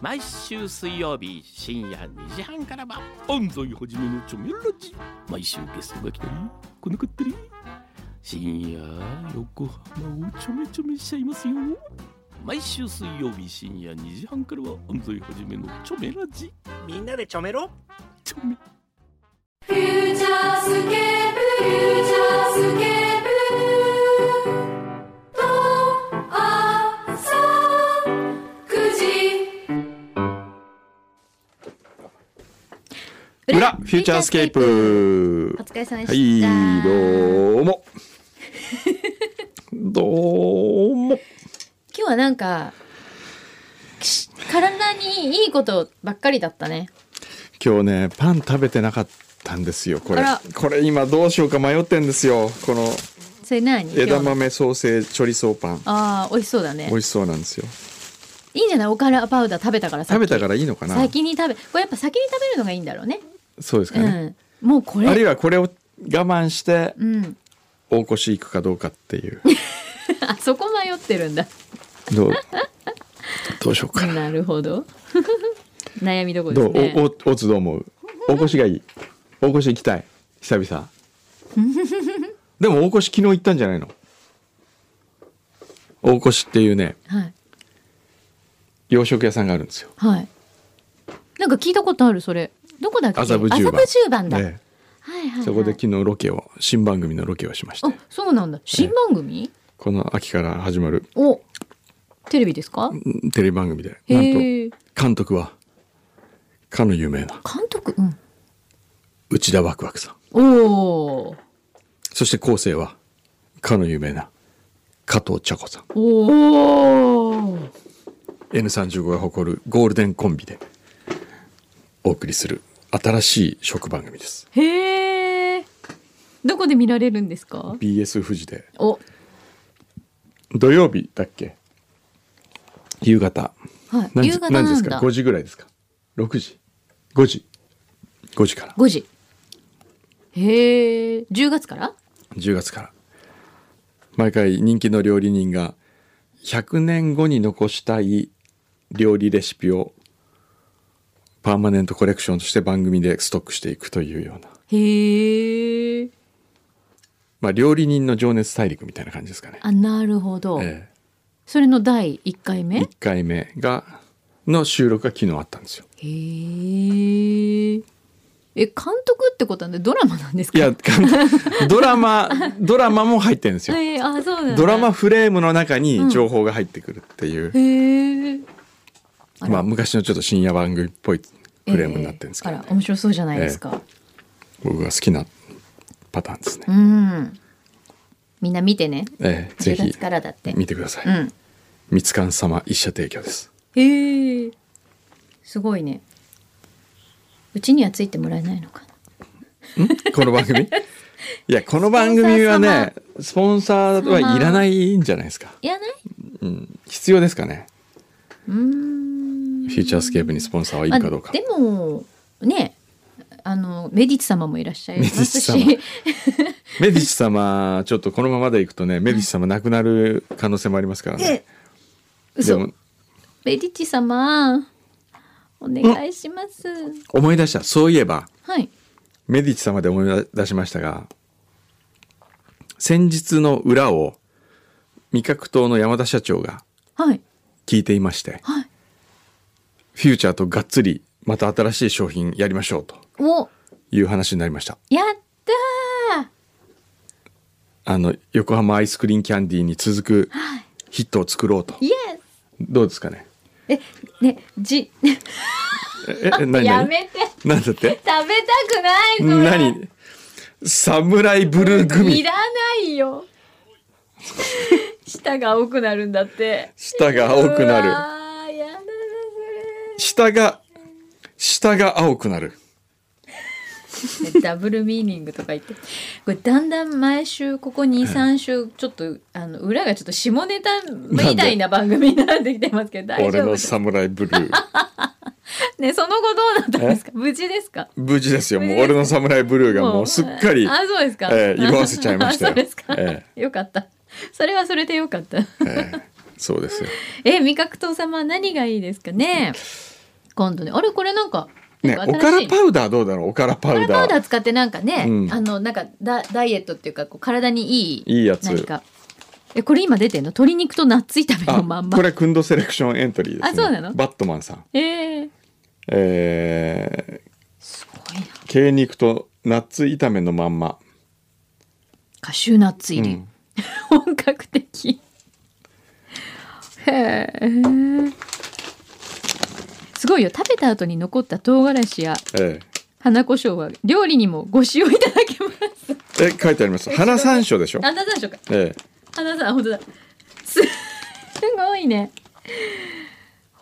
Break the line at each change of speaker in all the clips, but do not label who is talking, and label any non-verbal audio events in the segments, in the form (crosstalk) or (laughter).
毎週水曜日深夜2時半からは安西はじめのチョメラジ毎週ゲストが来たり来なかったり深夜横浜をちょめちょめしちゃいますよ毎週水曜日深夜2時半からは安西はじめのチョメラジ
みんなでちょめろ
チョメ
フューチャースケープ、フューチャースケープ、と、あ、さ、くじ、
裏フューチャースケープ
お疲れ様で
は
した。
いどう
(laughs)
もどうも
今日はなんかし体にいいことばっかりだったね。
今日ねパン食べてなかったんですよこれ
あら
これ今どうしようか迷ってんですよこの
それ何？今
枝
日の
豆ソーセージチョリソーパン
ああ美味しそうだね
美。味しそうなんですよ
いいんじゃない？おからパウダー食べたからさっ
食
き
べたからいいのかな
先に食べこれやっぱ先に食べるのがいいんだろうね。
そうですかね、
うん。もうこ
あるい
れ。
はこれを我慢して
うん。 (laughs)
大越し行くかどうかっていう
あそこ迷ってるんだ。
ど
(laughs)
うどうしようかな
なるほど。 (laughs) 悩みどころ
ど
です
うお
ね。
おおつどう思
(laughs)
う大越しがいい大越し行きたい久々
(laughs)
でも大越し昨日行ったんじゃないの大越しっていうね
はい
洋食屋さんがあるんですよ
はい。なんか聞いたことあるそれ。どこだっけ？
麻布
麻
十番
布十番だ。はい
え
はいは
え
い。
そこで昨日ロケを新番組のロケをしまして
あそうなんだ。新番組？
この秋から始まる
おテレビですか？
うんテレビ番組で
へ
なんと
ー
監督はかの有名な
監督うん。
内田ワクワクさん
おー
そして後世はかの有名な加藤茶子さん
おー
N35 が誇るゴールデンコンビでお送りする新しい食番組です
へえどこで見られるんですか
BS 富士で
お
土曜日だっけ夕方
はい
何時
夕方
何時で
な
す
ん
か
だ
5時ぐらいですか6時5時5時から
5時へえ10月から
10月から毎回人気の料理人が100年後に残したい料理レシピをパーマネントコレクションとして番組でストックしていくというような
へえ
まあ、料理人の情熱大陸みたいな感じですかね。
あなるほど、
え
それの第1回
え、
目
1回目がの収録が昨日あったん
(laughs)
ですよ。
へええ監督ってことはねドラマなんですか
いやドラマ
(laughs)
ドラマも入ってるんですよ。
えー、あそうなんだ
ドラマフレームの中に情報が入ってくるっていう、
へえあら
まあ、昔のちょっと深夜番組っぽいフレームになってるんですけど、
あら面白そうじゃないですか、
僕が好きなパターンですね。
うんみんな見てね
ええぜ
10
ひ
月からだって
見てください。
うん
三つ館様一社提供です。
へえすごいねうちにはついてもらえないのかな
この番
(laughs)
組いやこの番組はねスポンサーはいらないんじゃないですか。
いらない
うん、必要ですかね
うーん
フューチャースケープにスポンサーはいい
まあ
かどうか、
でもねあのメディッツ様もいらっしゃいま
メ
す
ディ
し
ッメディッチ様ちょっとこのままでいくと
(laughs)
ねメディッチ様亡くなる可能性もありますからね、で
(laughs) 嘘
も
メディッチ様お願いします
思い出したそういえば
はい
メディッチ様で思い出しましたが先日の裏を味覚党の山田社長が
はい
聞いていまして、
はい
フューチャーとがっつりまた新しい商品やりましょうと
お
いう話になりました
やったー
あの横浜アイスクリーンキャンディーに続くヒットを作ろうと、
イエス
どうですかね
えねじ
ええ何
や
何
めて食
なんだって
べたくないそれ
何サムライブルー
い
組
らないよ舌が青くなるんだって
舌が青くな
う
る
わーやだな
舌が舌が青くなる
それダブルミーニングとか言ってこれだんだん毎週ここ23週ちょっとあの裏がちょっと下ネタみたいな番組になってきてますけど大
俺
丈夫
の
です
サムライブル
(laughs)
ー
ねその後どうなったんですか無事ですか
無事ですよもう俺のサムライブルーがもうすっかり
あそうですか、
ええ色あせちゃいましたよ
(laughs) あそうですか、
え
よかったそれはそれでよかった
ええそうですよ
え味覚糖様は何がいいですかね今度ねあれこれなんか
ね
な
お
ん
か
か新し
ら
い
パウダーどうだろうおからパ
これ
ウ
パ
ダ
ウダー
ー
使ってなんかね、
うん
あのなんかダダイエットっていうかこう体にいい
いいやつ
何かえこれ今出てんの鶏肉とナッツ炒めのまんま
これくんどセレクションエントリーですね
あそうなの
バットマンさん
えー、
えー、
すごいな
鶏肉とナッツ炒めのまんま、
カシューナッツ入
う
り、
ん
(laughs) 本格的へえすごいよ食べた後に残った唐辛子や
え
花胡椒は料理にもご使用いただけます
ええ書いてあります花山椒でしょ
あなたでしょうか
え
あなた本当だすすごいね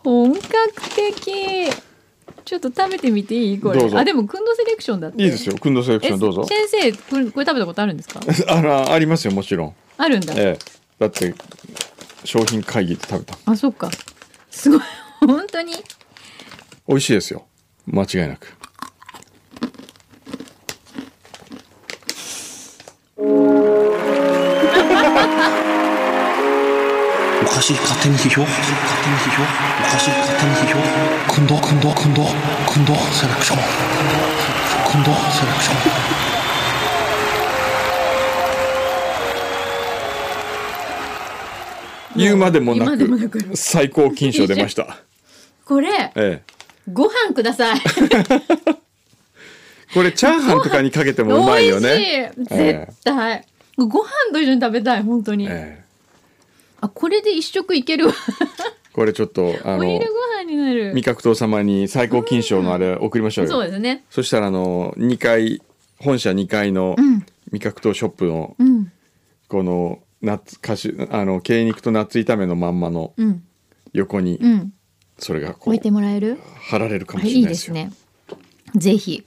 本格的ちょっと食べてみていいこれ
どうぞ
あでもくんどセレクションだって
えいいですよくんどセレクシ
え
ョンどうぞ
先生これこれ食べたことあるんですか
(laughs) あらありますよもちろん
あるんだ
ええだって商品会議で食べた
あそっかすごい本当に
美味しいですよ間違いなく
おかしい勝手に批評おかしい勝手に批評おかしい勝手に批評くんどくんどくんどくんどセレクションくんどセレクション
言うまでもな
今でもなく
く最高金賞出ました
これ
ええ
ご飯ください
これチャーハンとかにかけて
美
も (laughs) うまいよ
味しい、
ねえ
絶対ご飯と一緒に食べたい本当
え
に、
え
あこれで一食いけるわ
えこれちょっとあ
(laughs) お
の
昼ご飯になる
味覚糖様に最高金賞のあれ送りましょうよ
そうですね
そしたらあの2階本社2階の
ん
味覚糖ショップの
うん
このナッツカシュあの鶏肉とナッツ炒めのまんまの
うん
横に
うん
それがこ
置いうてもらえる
貼られるかも
あれ
し
い
れ
い
ない
で
です
す
よ。
ねぜひ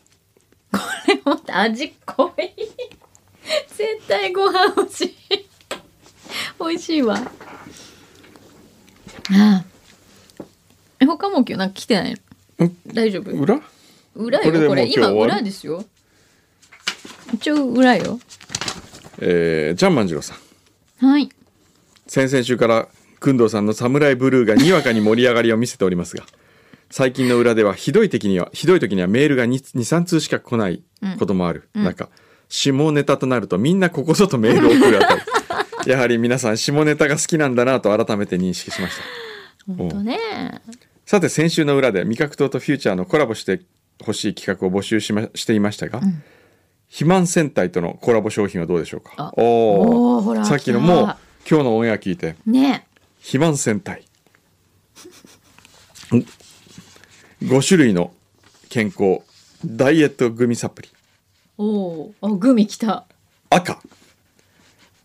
これも味濃い絶対ご飯欲しい美味しいわああえ他も今日なんか来てないの
ん
大丈夫
裏
裏よ
こ
こ
れで
れ
もう今日
今
終わる
裏ですよ一応裏よ
えー、ジャンマンジロさん
はい
先々週から工藤さんの「サムライブルー」がにわかに盛り上がりを見せておりますが最近の裏ではひどい時にはひどい時にはメールが23通しか来ないこともある、中下ネタとなるとみんなここぞとメールを送るあたり (laughs) やはり皆さん下ネタが好きなんだなと改めて認識しました
本当ね
さて先週の裏で味覚糖とフューチャーのコラボしてほしい企画を募集し,、ま、していましたが、肥満戦隊とのコラボ商品はどうでしょうか
あ
お
おーほら
さっきの
来た
もう今日のオンエア聞いて
ね
肥満戦隊5種類の健康ダイエットグミサプリ
おーあグミ来た
赤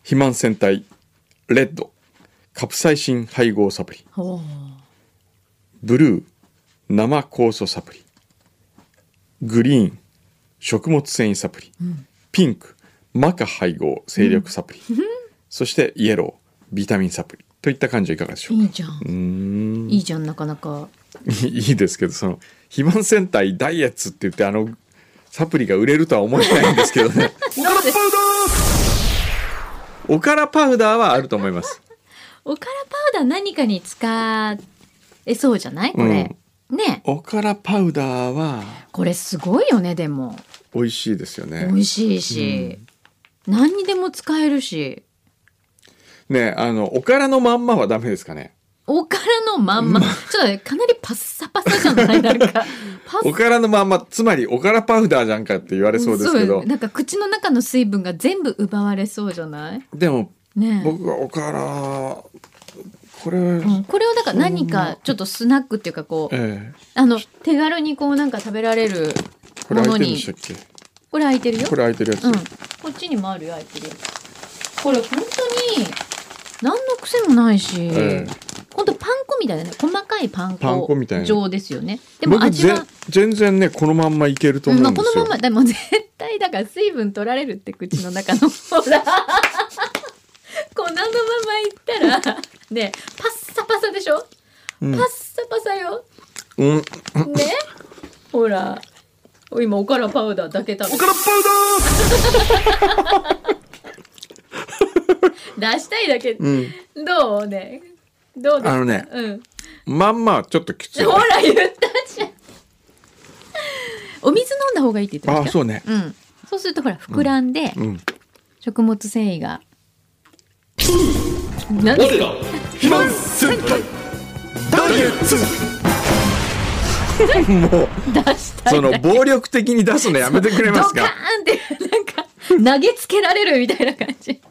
肥満戦隊レッドカプサイシン配合サプリ
おー
ブルー生酵素サプリグリーン食物繊維サプリ、ピンクマカ配合精力サプリ、そしてイエロービタミンサプリといった感じはいかがでしょう
い
か
いじゃんいいじゃんなかなか
いい (laughs) ですけどその肥満戦隊ダイエッツって言ってあのサプリが売れるとは思えないんですけど
(laughs)
ねおからパウダーはあると思います
おからパウダー何かに使えそうじゃないこれ、ね
おからパウダーは
これすごいよねでも
美味しいですよ
美
ね
味しいし、何にでも使えるし
ねあのおからのまんまはダメですかね
おからのまんまちょっと待ってかなりパッサパサじゃないなんかパ
おからのまんまつまりおからパウダーじゃんかって言われ (laughs) そうですけど
そうなんか口の中の水分が全部奪われそうじゃない
でも
ねえ
僕はおからこれ、
うんこれをだから何かちょっとスナックっていうかこう、
ええ
あの手軽にこうなんか食べられる
これ
も
開いてるん
の
で
に
したっけ
これ開いてるよ
これ開いてるやつ、
うん、こっちにもあるよ開いてるやつこれ本当に何の癖もないし、
ええ
本当パン粉みたいなね細かいパン粉
パン粉みたいな
状ですよねでも
僕
味
ぜ
は
全然ねこのまんまいけると
うん
思
ま
う
あ
んで
こ
す
の
よ、
ままでも絶対だから水分取られるって口の中のほら (laughs) このままいったらねパッサパサでしょ、パッサパサよ
うん、
ねほら今おからパウダーだけ食べて
おからパウダ
(laughs) 出したいだけ、どうねどうですか
あのね
うん
ーまんまはちょっときつい
ほら言ったじゃんお水飲んだ方がいいって言って
あ
ま
あ
した
そ
よ
うね
うん、そうするとほら膨らんで
うん
食物繊維が、なんで
が肥満戦隊ダイエット
もう
出したい
その暴力的に出すのやめてくれます
ドカー
か
ンってなんか投げつけられるみたいな感じ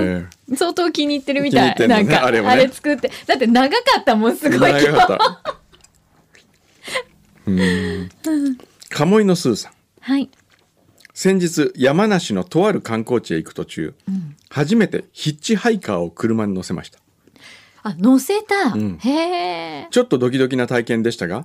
え
相当気に入ってるみたい、
気に入ってん
なん
のね
か
あ
あ
れも
れ
ね
作ってだって長かったもんす
え
ごい
長かったうん鴨居のスーさん
はい
先日山梨のとある観光地へ行く途中、初めてヒッチハイカーを車に乗せました
あ乗せた、
ん
へえ
ちょっとドキドキな体験でしたが、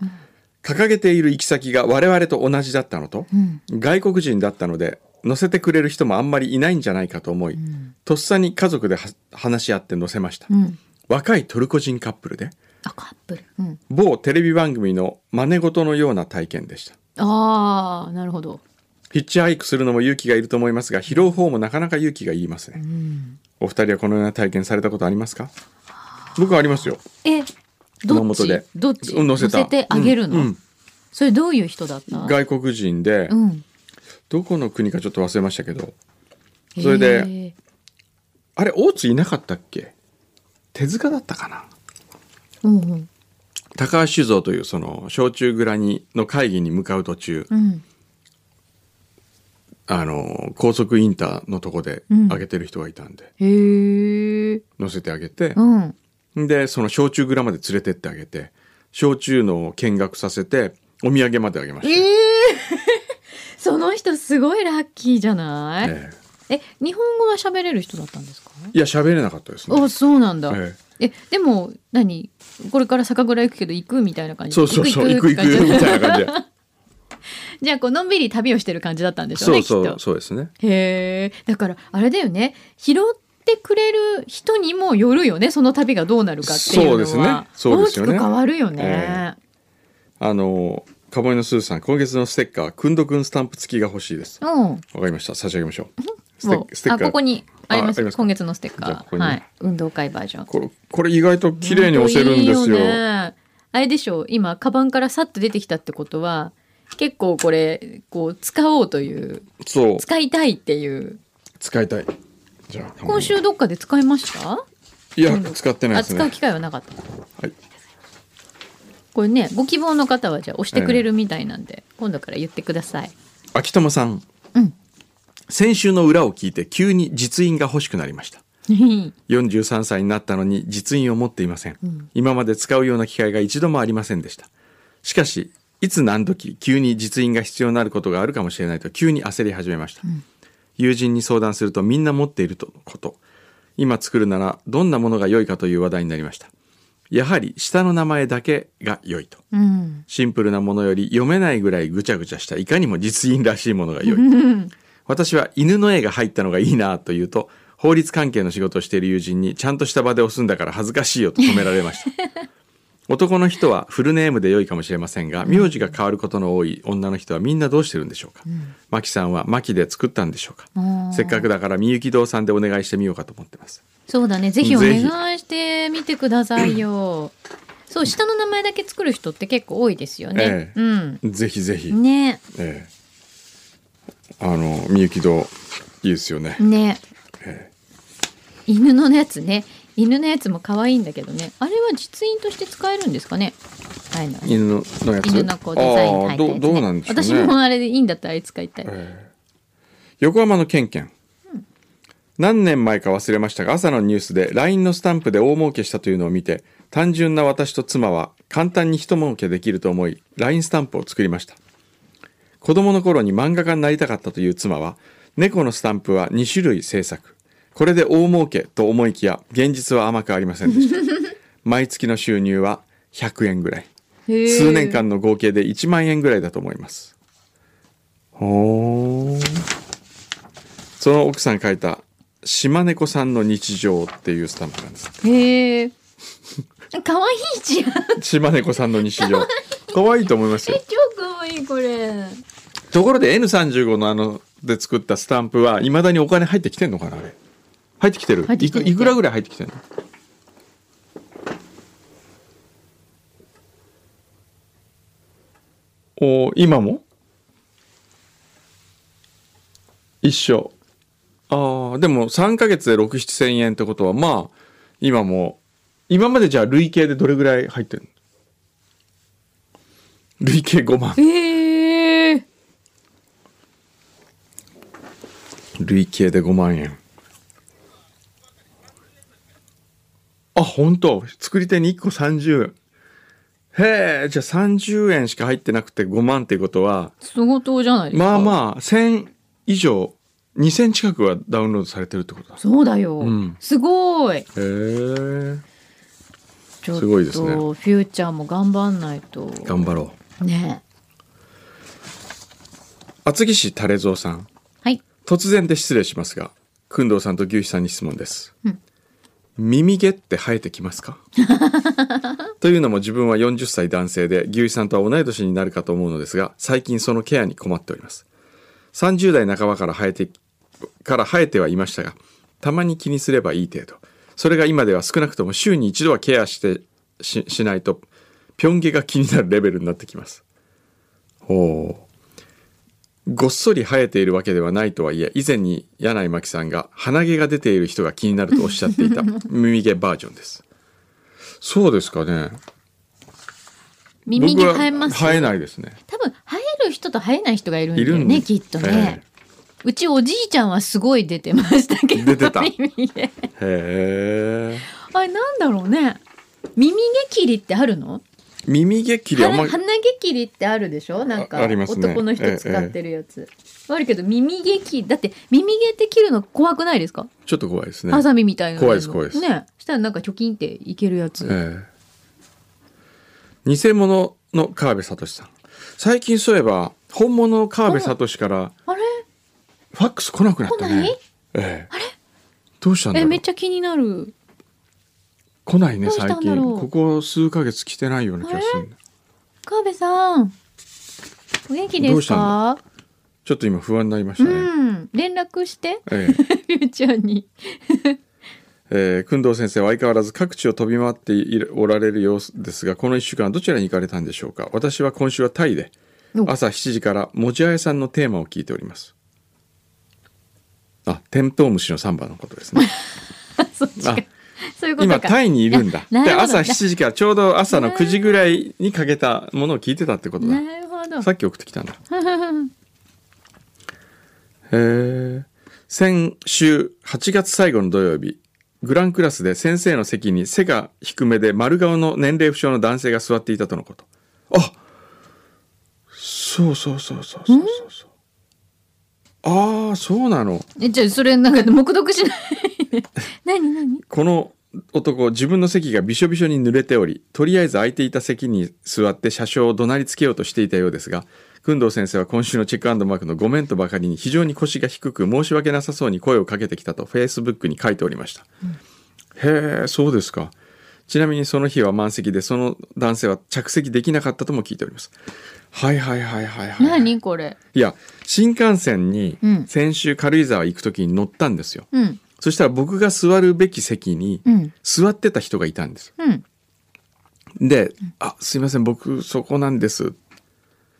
掲げている行き先が我々と同じだったのと、外国人だったので乗せてくれる人もあんまりいないんじゃないかと思い、とっさに家族では話し合って乗せました、
ん
若いトルコ人カップルで
あカップル、うん、
某テレビ番組の真似事のような体験でした
ああなるほど
ヒッチハイクするのも勇気がいると思いますが拾う方もなかなか勇気がいりますね、お二人はこのような体験されたことありますか僕はありますよ
え
熊
どっ
本
ち
で
どっち
うん乗せた
てあげるの、
うんうん
それどういう人だった
外国人で、
うん
どこの国かちょっと忘れましたけどそれで
へー
あれ大津いなかったっけ手塚だったかな
うんうん
高橋酒造というその焼酎蔵にの会議に向かう途中、
うん
あの高速インターのとこで
うん
あげてる人がいたんで、
へえ
乗せてあげて
う、ん
でその焼酎蔵まで連れてってあげて焼酎の見学させてお土産まであげましたよ、
(laughs) その人すごいラッキーじゃない、
ええ
え日本語は喋れる人だったんですか
いや喋れなかったですね
あそうなんだ、
え
えでも何これから酒蔵行くけど行くみたいな感
え
じ
そうそうそう行く行く
って感じ (laughs)
みたいな感じで
じゃあこうのんびり旅をしてる感じだったんでしょう
そ
ね
うそ
きっ
う
と
そうですね
へえだからあれだよね拾ってくれる人にもよるよねその旅がどうなるかっていうのは
そうですねそうですよね
大きく変わるよね、
えあの鴨居のスーさん今月のステッカーくんどくんスタンプ付きが欲しいです
うん
わかりました差し上げましょうステ
も
ッステッカ
う
ー
あここにあります
あありますか
今月のステッカ
じゃあ
ー
ここに
はい、運動会バージョン
これこれ意外と綺麗に押せるんです
本当
よ
いいねあれでしょう今カバンからさっと出てきたってことは結構これこう使おうという
そう
使いたいっていう
使いたいじゃあ
今週どっかで使いました
いや使ってない
あ
です
使う
ね
機会はなかった
はい
これねご希望の方はじゃあ押してくれるみたいなんで、今度から言ってください (laughs)
秋友さん、
うん
先週の裏を聞いて急に実印が欲しくなりました43歳になったのに実印を持っていません、今まで使うような機会が一度もありませんでしたしかしいつ何時急に実印が必要になることがあるかもしれないと急に焦り始めました、友人に相談するとみんな持っているとのこと今作るならどんなものが良いかという話題になりましたやはり下の名前だけが良いと
うん
シンプルなものより読めないぐらいぐちゃぐちゃしたいかにも実印らしいものが良い。私は犬の絵が入ったのがいいなというと、法律関係の仕事をしている友人にちゃんとした場で押すんだから恥ずかしいよと止められました。 (laughs) 男の人はフルネームで良いかもしれませんが、名字が変わることの多い女の人はみんなどうしてるんでしょうか。マキさんはマキで作ったんでしょうか。せっかくだからみゆき堂さんでお願いしてみようかと思ってます。
そうだねぜひお
ぜひ
願いしてみてくださいよそう下の名前だけ作る人って結構多いですよね、
ええぜひぜひ。
うんね
ええあの、みゆき堂、いいですよね。
ね
え
犬のやつね犬のやつも可愛いんだけどねあれは実印として使えるんですかねああいうのは
犬のやつ
犬のこうデザイン
あ
入
あ
ったやつ、
ど
ね、
どうなんでしょうね
私もあれでいいんだったらあれ使いたい、
横浜のケンケン、何年前か忘れましたが朝のニュースで LINE のスタンプで大儲けしたというのを見て単純な私と妻は簡単に一儲けできると思い LINE スタンプを作りました子供の頃に漫画家になりたかったという妻は猫のスタンプは2種類制作これで大儲けと思いきや現実は甘くありませんでした毎月の収入は100円ぐらい
へえ
(laughs) 数年間の合計で1万円ぐらいだと思いますほその奥さんが書いた「島猫さんの日常」っていうスタンプなんです
へえ可愛いじゃん
島猫さんの日常可愛いと思いますよ
超可愛いこれ
ところで N35 のあので作ったスタンプはいまだにお金入ってきてんのかなあれ入ってきてる
入ってきてる
いくいくらぐらい入ってきてんのお今も一緒ああでも3ヶ月で6 7千円ってことはまあ今も今までじゃあ累計でどれぐらい入ってるの累計5万
ええー、
累計で5万円あ本当作り手に1個30へえじゃあ30円しか入ってなくて5万ってことは
相当じゃないですか。
まあまあ1000以上2000近くはダウンロードされてるってことだ
そうだよ。
うん
すごい。
へえ
ちょっと
すごいですね
フューチャーも頑張んないと。
頑張ろう
ね。
厚木市垂蔵さん
はい。
突然で失礼しますが工藤さんと牛肥さんに質問です、
うん
耳毛って生えてきます
(laughs)
かというのも自分は40歳男性で牛肥さんとは同い年になるかと思うのですが最近そのケアに困っております30代半ばから生えてから生えてはいましたがたまに気にすればいい程度それが今では少なくとも週に一度はケアしてししないとピョン毛が気になるレベルになってきますおおーごっそり生えているわけではないとはいえ以前に柳井真紀さんが鼻毛が出ている人が気になるとおっしゃって
(laughs)
いた耳毛バージョンですそうですかね
耳毛
僕は
生えます。
生えないですね
多分生える人と生えない人がいるんだ
いる
よ
ん
ね、きっとね。うちおじいちゃんはすごい出てましたけど。
出てた
耳毛。
ええへえ
あれなんだろうね。耳毛切りってあるの？
耳毛切りあんま
鼻鼻毛切りってあるでしょなんか
あありますね
男の人使ってるやつ、あるけど耳毛切りだって耳毛って切るの怖くないですか、
ちょっと怖いですね
ハサミみたいなの
怖いです怖いです
ねしたらなんかチョキンっていけるやつ、
ええ偽物の川辺聡さん最近そういえば本物の川辺聡から
あれ
ファックス来なくなった
来な
ね
い
ええどうしたんだ
え
ろう
めっちゃ気になる
来ないね
どうした
最
んだ
近
ろう
ここ数ヶ月来てないような気がするんだ
川辺さんお元気で
どう
す
した
か
ちょっと今不安になりまし
う
たね、
ん連絡して (laughs)
ええ
フューチャーに
えー、工藤先生は相変わらず各地を飛び回っているおられる様子ですがこの1週間どちらに行かれたんでしょうか私は今週はタイで
お
朝7時からもじあやさんのテーマを聞いておりますあテントウムシのサンバのことです
(laughs)
ね
そっちか
あ
そういうことか
今タイにいるんだ
(laughs) なな
で
るほど
朝7時からちょうど朝の9時ぐらいにかけたものを聞いてたってことだ
なるほど
さっき送ってきたんだ (laughs) へえ先週8月最後の土曜日グランクラスで先生の席に背が低めで丸顔の年齢不詳の男性が座っていたとのことあそうそうそうそうそうそうそうああそうなの
えじゃあそれなんか黙読しない
(laughs)
で何何
この男自分の席がびしょびしょに濡れておりとりあえず空いていた席に座って車掌を怒鳴りつけようとしていたようですが工藤先生は今週のチェックマークのごめんとばかりに非常に腰が低く申し訳なさそうに声をかけてきたとフェイスブックに書いておりました、へえそうですかちなみにその日は満席でその男性は着席できなかったとも聞いておりますはいはいはいはいはい
何これ
いや新幹線に
うん
先週軽井沢行く時に乗ったんですよ、
うん
そしたら僕が座るべき席に
うん
座ってた人がいたんです。
うん
で、あ、すいません、僕そこなんです。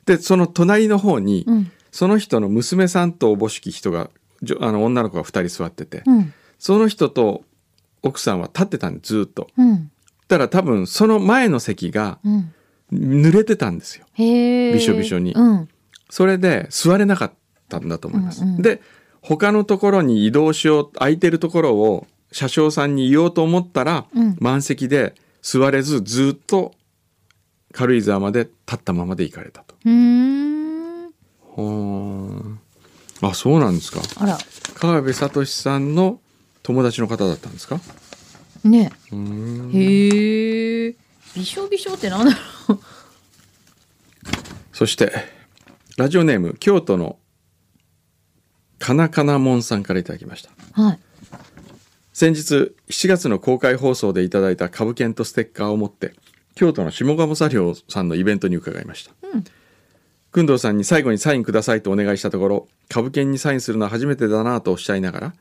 で、その隣の方に、
うん
その人の娘さんとおぼしき人が、じょあの女の子が2人座ってて、
うん
その人と奥さんは立ってたんです、ずーっと。
うん
たら多分その前の席が
うん
濡れてたんですよ。
へえ
びしょびしょに
うん
それで座れなかったんだと思います。
うんうん
で他のところに移動しよう空いてるところを車掌さんに言おうと思ったら、
うん
満席で座れずずっと軽井沢まで立ったままで行かれたと。
うーん
ほーんあそうなんですか。
あら
川辺聡さんの友達の方だったんですか。
ね
うーん
へえびしょびしょってなんだろう
そしてラジオネーム京都のかなかなもんさんからいただきました。
(laughs) はい
先日7月の公開放送でいただいた株券とステッカーを持って京都の下鴨茶寮さんのイベントに伺いました
うん
工藤さんに最後にサインくださいとお願いしたところ株券にサインするのは初めてだなとおっしゃいながら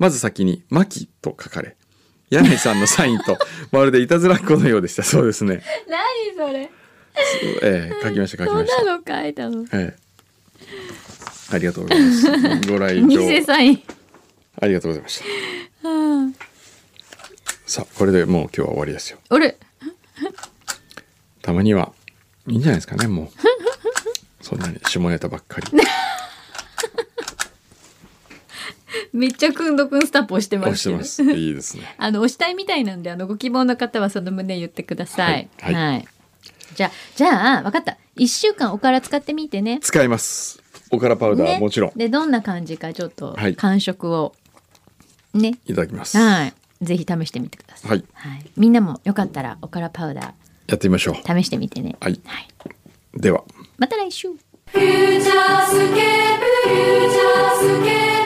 まず先に「マキ」と書かれ
(laughs)
柳井さんのサインとまるでいたずらっ子のようでしたそうですね
何それ
ええ書きました書き
そ
ま
ん
した。
なの書いたの
ええありがとうございます。ご来
(laughs) 偽
場
サイン
ありがとうございました。さあこれでもう今日は終わりですよ。
あれ
たまにはいいんじゃないですかね
(laughs)
もうそんなに下ネタばっかり
めっちゃくんどくんスタンプ押してま
押
す
し
け
て
ど
ます。いいですね。
あの押したいみたいなんであのご希望の方はその旨言ってください。
はいはい
じゃあじゃあ分かった1週間おから使ってみてね。
使います。おからパウダー
ね
もちろん、
でどんな感じかちょっと
はい
感触を、ね
いただきます。
はいぜひ試してみてください。
はい
はい、みんなもよかったらおからパウダ
やってみましょう。
ー試してみてね。
はい
はい、
では。
また来週
フューチャースケープフューチャースケー